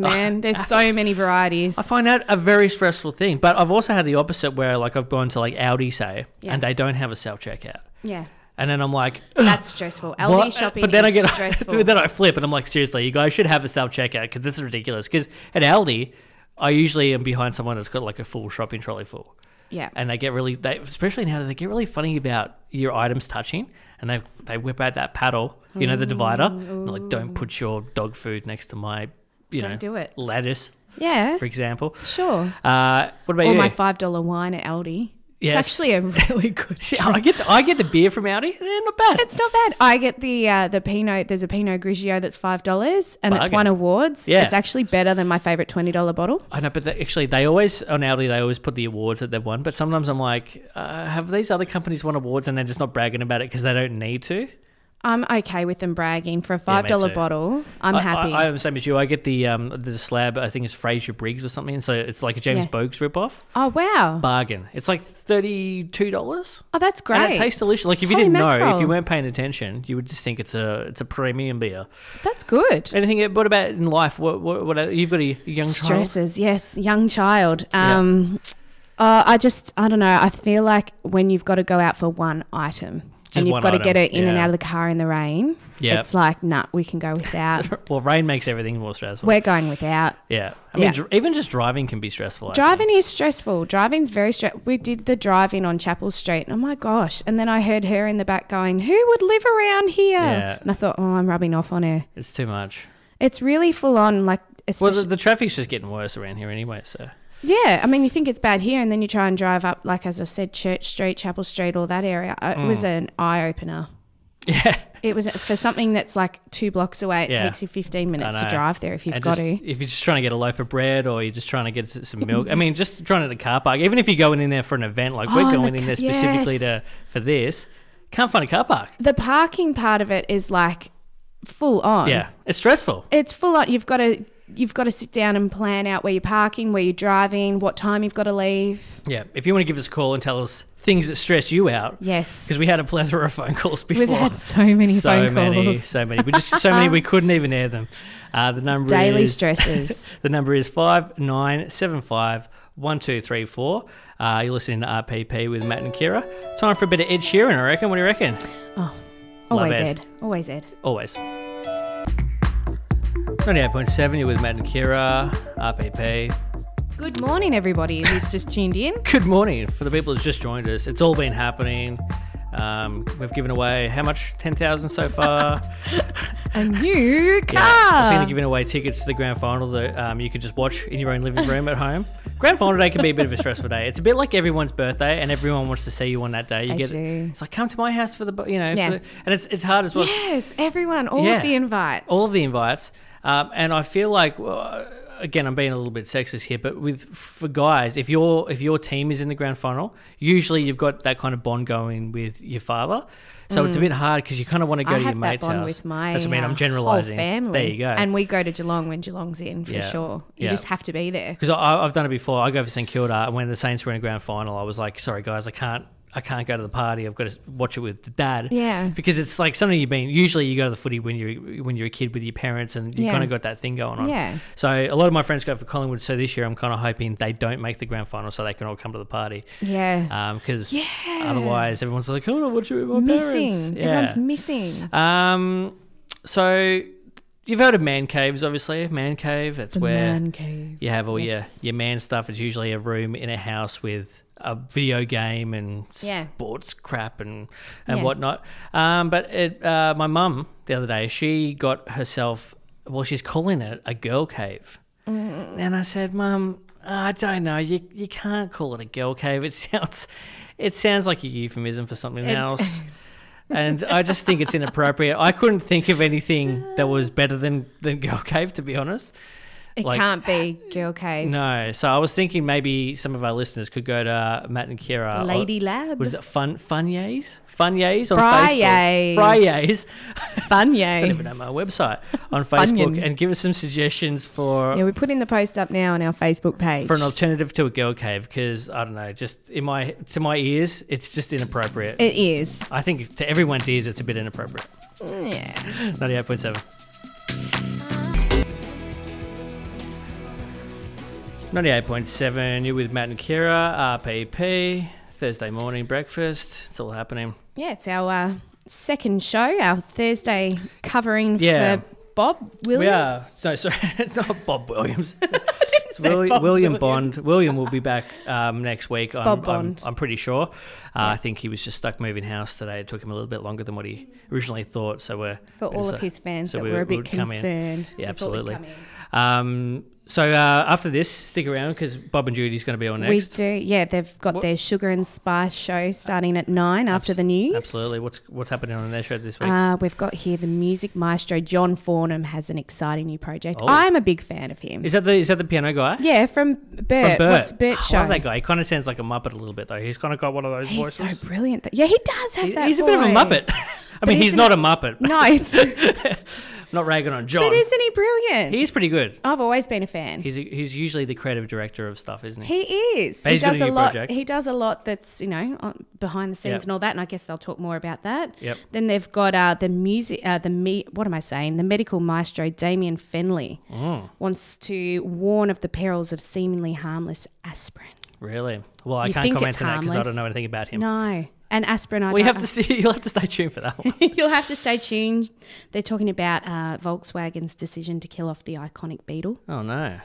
Speaker 2: man. There's so many varieties.
Speaker 1: I find that a very stressful thing. But I've also had the opposite where like I've gone to like Audi say,
Speaker 2: Yeah.
Speaker 1: and they don't have a self checkout,
Speaker 2: Yeah.
Speaker 1: and then I'm like,
Speaker 2: That's stressful. LD
Speaker 1: What?
Speaker 2: shopping
Speaker 1: but then
Speaker 2: is
Speaker 1: I get
Speaker 2: stressful.
Speaker 1: then I flip and I'm like, seriously, you guys should have a self checkout because this is ridiculous. Because at Aldi, I usually am behind someone that's got like a full shopping trolley full,
Speaker 2: yeah.
Speaker 1: and they get really, they especially now they get really funny about your items touching, and they they whip out that paddle, you know, the divider, and like, don't put your dog food next to my, you
Speaker 2: Don't
Speaker 1: know,
Speaker 2: do it.
Speaker 1: lettuce,
Speaker 2: Yeah.
Speaker 1: for example.
Speaker 2: Sure.
Speaker 1: Uh, what about
Speaker 2: Or
Speaker 1: you?
Speaker 2: my $5 wine at Aldi.
Speaker 1: Yes.
Speaker 2: It's actually a really good
Speaker 1: See, I get the, I get the beer from Aldi. They're not bad.
Speaker 2: It's not bad. I get the uh, the Pinot. There's a Pinot Grigio that's five dollars, and it's
Speaker 1: Bargain.
Speaker 2: won awards.
Speaker 1: Yeah.
Speaker 2: it's actually better than my favorite twenty dollar bottle.
Speaker 1: I know, but they, actually, they always on Audi they always put the awards that they've won. But sometimes I'm like, uh, have these other companies won awards and they're just not bragging about it because they don't need to?
Speaker 2: I'm okay with them bragging for a
Speaker 1: me
Speaker 2: five dollar
Speaker 1: too.
Speaker 2: bottle. I'm
Speaker 1: I-
Speaker 2: happy.
Speaker 1: I, I am the same as you. I get the um, there's a slab. I think it's Fraser Briggs or something. So it's like a James
Speaker 2: Yeah.
Speaker 1: Bogues ripoff.
Speaker 2: oh wow!
Speaker 1: Bargain. It's like thirty two dollars.
Speaker 2: Oh, that's great.
Speaker 1: And it tastes delicious. Like if you
Speaker 2: Holy
Speaker 1: didn't know, if
Speaker 2: mackerel.
Speaker 1: you weren't paying attention, you would just think it's a it's a premium beer.
Speaker 2: that's good.
Speaker 1: Anything? uh, What about in life? What what, what are- you've got a young child?
Speaker 2: Stresses, yes, young child. Um, uh, I just, I don't know. I feel like when you've got to go out for one item.
Speaker 1: one
Speaker 2: and you've got to get her
Speaker 1: item,
Speaker 2: in and
Speaker 1: yeah.
Speaker 2: out of the car in the rain.
Speaker 1: Yeah.
Speaker 2: It's like, nah, we can go without.
Speaker 1: Well, rain makes everything more stressful.
Speaker 2: We're going without.
Speaker 1: yeah, I
Speaker 2: Yeah.
Speaker 1: mean, dr- even just driving can be stressful. I think.
Speaker 2: Driving is stressful. Driving's very stressful. We did the driving on Chapel Street. Oh my gosh. And then I heard her in the back going, Who would live around here?
Speaker 1: Yeah.
Speaker 2: And I thought, Oh, I'm rubbing off on her.
Speaker 1: It's too much.
Speaker 2: It's really full on, like,
Speaker 1: Well,
Speaker 2: especially.
Speaker 1: the, the traffic's just getting worse around here anyway. So
Speaker 2: yeah. I mean, you think it's bad here, and then you try and drive up, like, as I said, Church Street, Chapel Street, all that area. Uh, It was
Speaker 1: Mm.
Speaker 2: an eye opener.
Speaker 1: yeah,
Speaker 2: It was for something that's like two blocks away. It
Speaker 1: Yeah.
Speaker 2: takes you 15 minutes to
Speaker 1: know.
Speaker 2: drive there if you've
Speaker 1: and
Speaker 2: got
Speaker 1: just,
Speaker 2: to.
Speaker 1: if you're just trying to get a loaf of bread or you're just trying to get s- some milk, I mean, just trying to the car park. Even if you're going in there for an event, like
Speaker 2: Oh,
Speaker 1: we're
Speaker 2: the
Speaker 1: going in
Speaker 2: ca-
Speaker 1: there specifically
Speaker 2: yes.
Speaker 1: to for this, can't find a car park.
Speaker 2: The parking part of it is like full on.
Speaker 1: Yeah, it's stressful.
Speaker 2: it's full on. You've got to you've got to sit down and plan out where you're parking, where you're driving, what time you've got to leave.
Speaker 1: Yeah, if you want to give us a call and tell us things that stress you out,
Speaker 2: Yes,
Speaker 1: because we had a plethora of phone calls before.
Speaker 2: we've had so many
Speaker 1: so
Speaker 2: phone calls.
Speaker 1: many, so many. We just so many we couldn't even air them. Uh, the number
Speaker 2: Daily
Speaker 1: is,
Speaker 2: stresses.
Speaker 1: The number is five nine seven five one two three four. Uh, you're listening to RPP with Matt and Kira. Time for a bit of Ed Sheeran, I reckon. What do you reckon?
Speaker 2: Oh, always
Speaker 1: Ed.
Speaker 2: Ed. Always Ed.
Speaker 1: Always. 98.7, you're with Matt and Kira, RPP.
Speaker 2: Good morning, everybody who's just tuned in.
Speaker 1: Good morning for the people who's just joined us. It's all been happening. Um, we've given away how much? 10,000 so far.
Speaker 2: A new car.
Speaker 1: Yeah,
Speaker 2: Ah.
Speaker 1: I've seen it giving away tickets to the grand final that um, you could just watch in your own living room at home. Grand final day can be a bit of a stressful day. It's a bit like everyone's birthday, and everyone wants to see you on that day. You
Speaker 2: They
Speaker 1: get
Speaker 2: do.
Speaker 1: it's like come to my house for the bu- you know,
Speaker 2: Yeah.
Speaker 1: for the, and it's it's hard as well.
Speaker 2: yes, everyone, all
Speaker 1: Yeah.
Speaker 2: of the invites.
Speaker 1: All of the invites, um, and I feel like well, again, I'm being a little bit sexist here, but with for guys, if your if your team is in the grand final, usually you've got that kind of bond going with your father. So it's a bit hard because you kind of want to go
Speaker 2: Mm. I
Speaker 1: to your
Speaker 2: have that
Speaker 1: mate's
Speaker 2: bond
Speaker 1: house.
Speaker 2: with my
Speaker 1: That's what I mean.
Speaker 2: uh,
Speaker 1: I'm generalizing.
Speaker 2: whole family.
Speaker 1: There you go.
Speaker 2: And we go to Geelong when Geelong's in for
Speaker 1: Yeah.
Speaker 2: sure. You
Speaker 1: Yeah.
Speaker 2: just have to be there.
Speaker 1: because I've done it before. I go for St Kilda, and when the Saints were in the grand final, I was like, "Sorry guys, I can't, I can't go to the party. I've got to watch it with the dad."
Speaker 2: Yeah.
Speaker 1: because it's like something you've been. Usually, you go to the footy when you're when you're a kid with your parents, and you
Speaker 2: Yeah.
Speaker 1: kind of got that thing going on.
Speaker 2: Yeah.
Speaker 1: So a lot of my friends go for Collingwood. So this year, I'm kind of hoping they don't make the grand final, so they can all come to the party.
Speaker 2: Yeah.
Speaker 1: Uh, Because
Speaker 2: Yeah.
Speaker 1: otherwise, everyone's like, "Oh, "I want to watch it with my
Speaker 2: missing.
Speaker 1: parents."
Speaker 2: Everyone's missing.
Speaker 1: um. So you've heard of man caves, obviously. Man cave. That's
Speaker 2: The
Speaker 1: where
Speaker 2: man cave.
Speaker 1: you have all
Speaker 2: Yes.
Speaker 1: your your man stuff. It's usually a room in a house with a video game and
Speaker 2: Yeah.
Speaker 1: sports crap and and
Speaker 2: Yeah.
Speaker 1: whatnot. Um, but it, uh, my mum the other day she got herself well she's calling it a girl cave,
Speaker 2: Mm-hmm.
Speaker 1: and I said, Mum, I don't know. You you can't call it a girl cave. It sounds it sounds like a euphemism for something else. And I just think it's inappropriate. I couldn't think of anything that was better than, than Girl Cave, to be honest.
Speaker 2: It
Speaker 1: like-
Speaker 2: can't be girl cave.
Speaker 1: No, so I was thinking maybe some of our listeners could go to Matt and Kira. or-
Speaker 2: Lady Lab.
Speaker 1: uh, Was it Fun Funyays? Funyays on
Speaker 2: Fryays.
Speaker 1: Facebook. Fryays. Don't even
Speaker 2: Funyay.
Speaker 1: know my website on Facebook,
Speaker 2: Funyun.
Speaker 1: and give us some suggestions for
Speaker 2: Yeah, we're putting the post up now on our Facebook page.
Speaker 1: for an alternative to a girl cave because I don't know, just in my to my ears, it's just inappropriate.
Speaker 2: it is.
Speaker 1: I think to everyone's ears, it's a bit inappropriate.
Speaker 2: Yeah.
Speaker 1: Ninety-eight point seven. Ninety-eight point seven. You're with Matt and Kira. RPP. Thursday morning breakfast. It's all happening.
Speaker 2: Yeah, it's our uh, second show, our Thursday covering
Speaker 1: Yeah.
Speaker 2: for Bob Williams.
Speaker 1: We are. No, sorry, it's not Bob Williams. It's
Speaker 2: say
Speaker 1: Willi-
Speaker 2: Bob
Speaker 1: William
Speaker 2: Williams.
Speaker 1: Bond. William will be back um, next week. I'm,
Speaker 2: Bob
Speaker 1: I'm-
Speaker 2: Bond.
Speaker 1: I'm, pretty sure. Uh, I think he was just stuck moving house today. It took him a little bit longer than what he originally thought. So we're
Speaker 2: For all
Speaker 1: so-
Speaker 2: of his fans
Speaker 1: so
Speaker 2: that
Speaker 1: we-
Speaker 2: were a
Speaker 1: we
Speaker 2: bit
Speaker 1: would come in.
Speaker 2: concerned. We thought we'd
Speaker 1: Yeah, absolutely.
Speaker 2: come in.
Speaker 1: Um, so uh, after this, stick around because Bob and Judy's going to be on
Speaker 2: We
Speaker 1: next.
Speaker 2: do. Yeah, they've got
Speaker 1: What-
Speaker 2: their Sugar and Spice show starting at nine after the news.
Speaker 1: Absolutely. What's what's happening on their show this week?
Speaker 2: Uh, we've got here the music maestro John Fornham has an exciting new project.
Speaker 1: Oh.
Speaker 2: I'm a big fan of him.
Speaker 1: is that the is that the piano guy?
Speaker 2: yeah, from Bert.
Speaker 1: From Bert. Oh, Ah,
Speaker 2: What's Bert
Speaker 1: I
Speaker 2: show?
Speaker 1: love that guy. He kind of sounds like a muppet a little bit though. He's kind of got one of those
Speaker 2: He's
Speaker 1: voices.
Speaker 2: so brilliant. Yeah, he does have
Speaker 1: He-
Speaker 2: that.
Speaker 1: he's a bit of a
Speaker 2: voice.
Speaker 1: muppet. I mean, he's
Speaker 2: isn't
Speaker 1: not a muppet.
Speaker 2: no, it's, but
Speaker 1: not ragging on John.
Speaker 2: isn't he brilliant?
Speaker 1: He's pretty good.
Speaker 2: I've always been a fan.
Speaker 1: He's he's usually the creative director of stuff, isn't he?
Speaker 2: He is.
Speaker 1: But
Speaker 2: he
Speaker 1: he's got
Speaker 2: does
Speaker 1: a
Speaker 2: a,
Speaker 1: new
Speaker 2: lot.
Speaker 1: project.
Speaker 2: He does a lot that's you know on, behind the scenes
Speaker 1: Yep.
Speaker 2: and all that. And I guess they'll talk more about that.
Speaker 1: Yep.
Speaker 2: Then they've got uh, the music. Uh, the me. What am I saying? The medical maestro Damien Fenley
Speaker 1: Oh.
Speaker 2: wants to warn of the perils of seemingly harmless aspirin.
Speaker 1: Really? Well, I
Speaker 2: You
Speaker 1: can't
Speaker 2: think
Speaker 1: comment
Speaker 2: it's
Speaker 1: on that because I don't
Speaker 2: harmless?
Speaker 1: know anything about him.
Speaker 2: No, and aspirin. I
Speaker 1: we
Speaker 2: don't-
Speaker 1: have to see. You'll have to stay tuned for that one.
Speaker 2: You'll have to stay tuned. They're talking about uh, Volkswagen's decision to kill off the iconic Beetle.
Speaker 1: Oh no.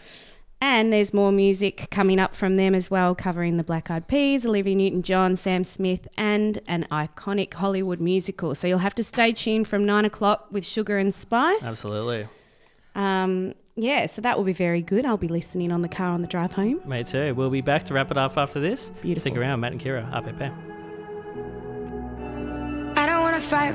Speaker 2: And there's more music coming up from them as well, covering the Black Eyed Peas, Olivia Newton John, Sam Smith, and an iconic Hollywood musical. So you'll have to stay tuned from nine o'clock with Sugar and Spice.
Speaker 1: Absolutely.
Speaker 2: Um, yeah, so that will be very good. I'll be listening on the car on the drive home.
Speaker 1: Me too. We'll be back to wrap it up after this.
Speaker 2: Beautiful.
Speaker 1: Stick around, Matt and Kira. RPP.
Speaker 3: I don't wanna fight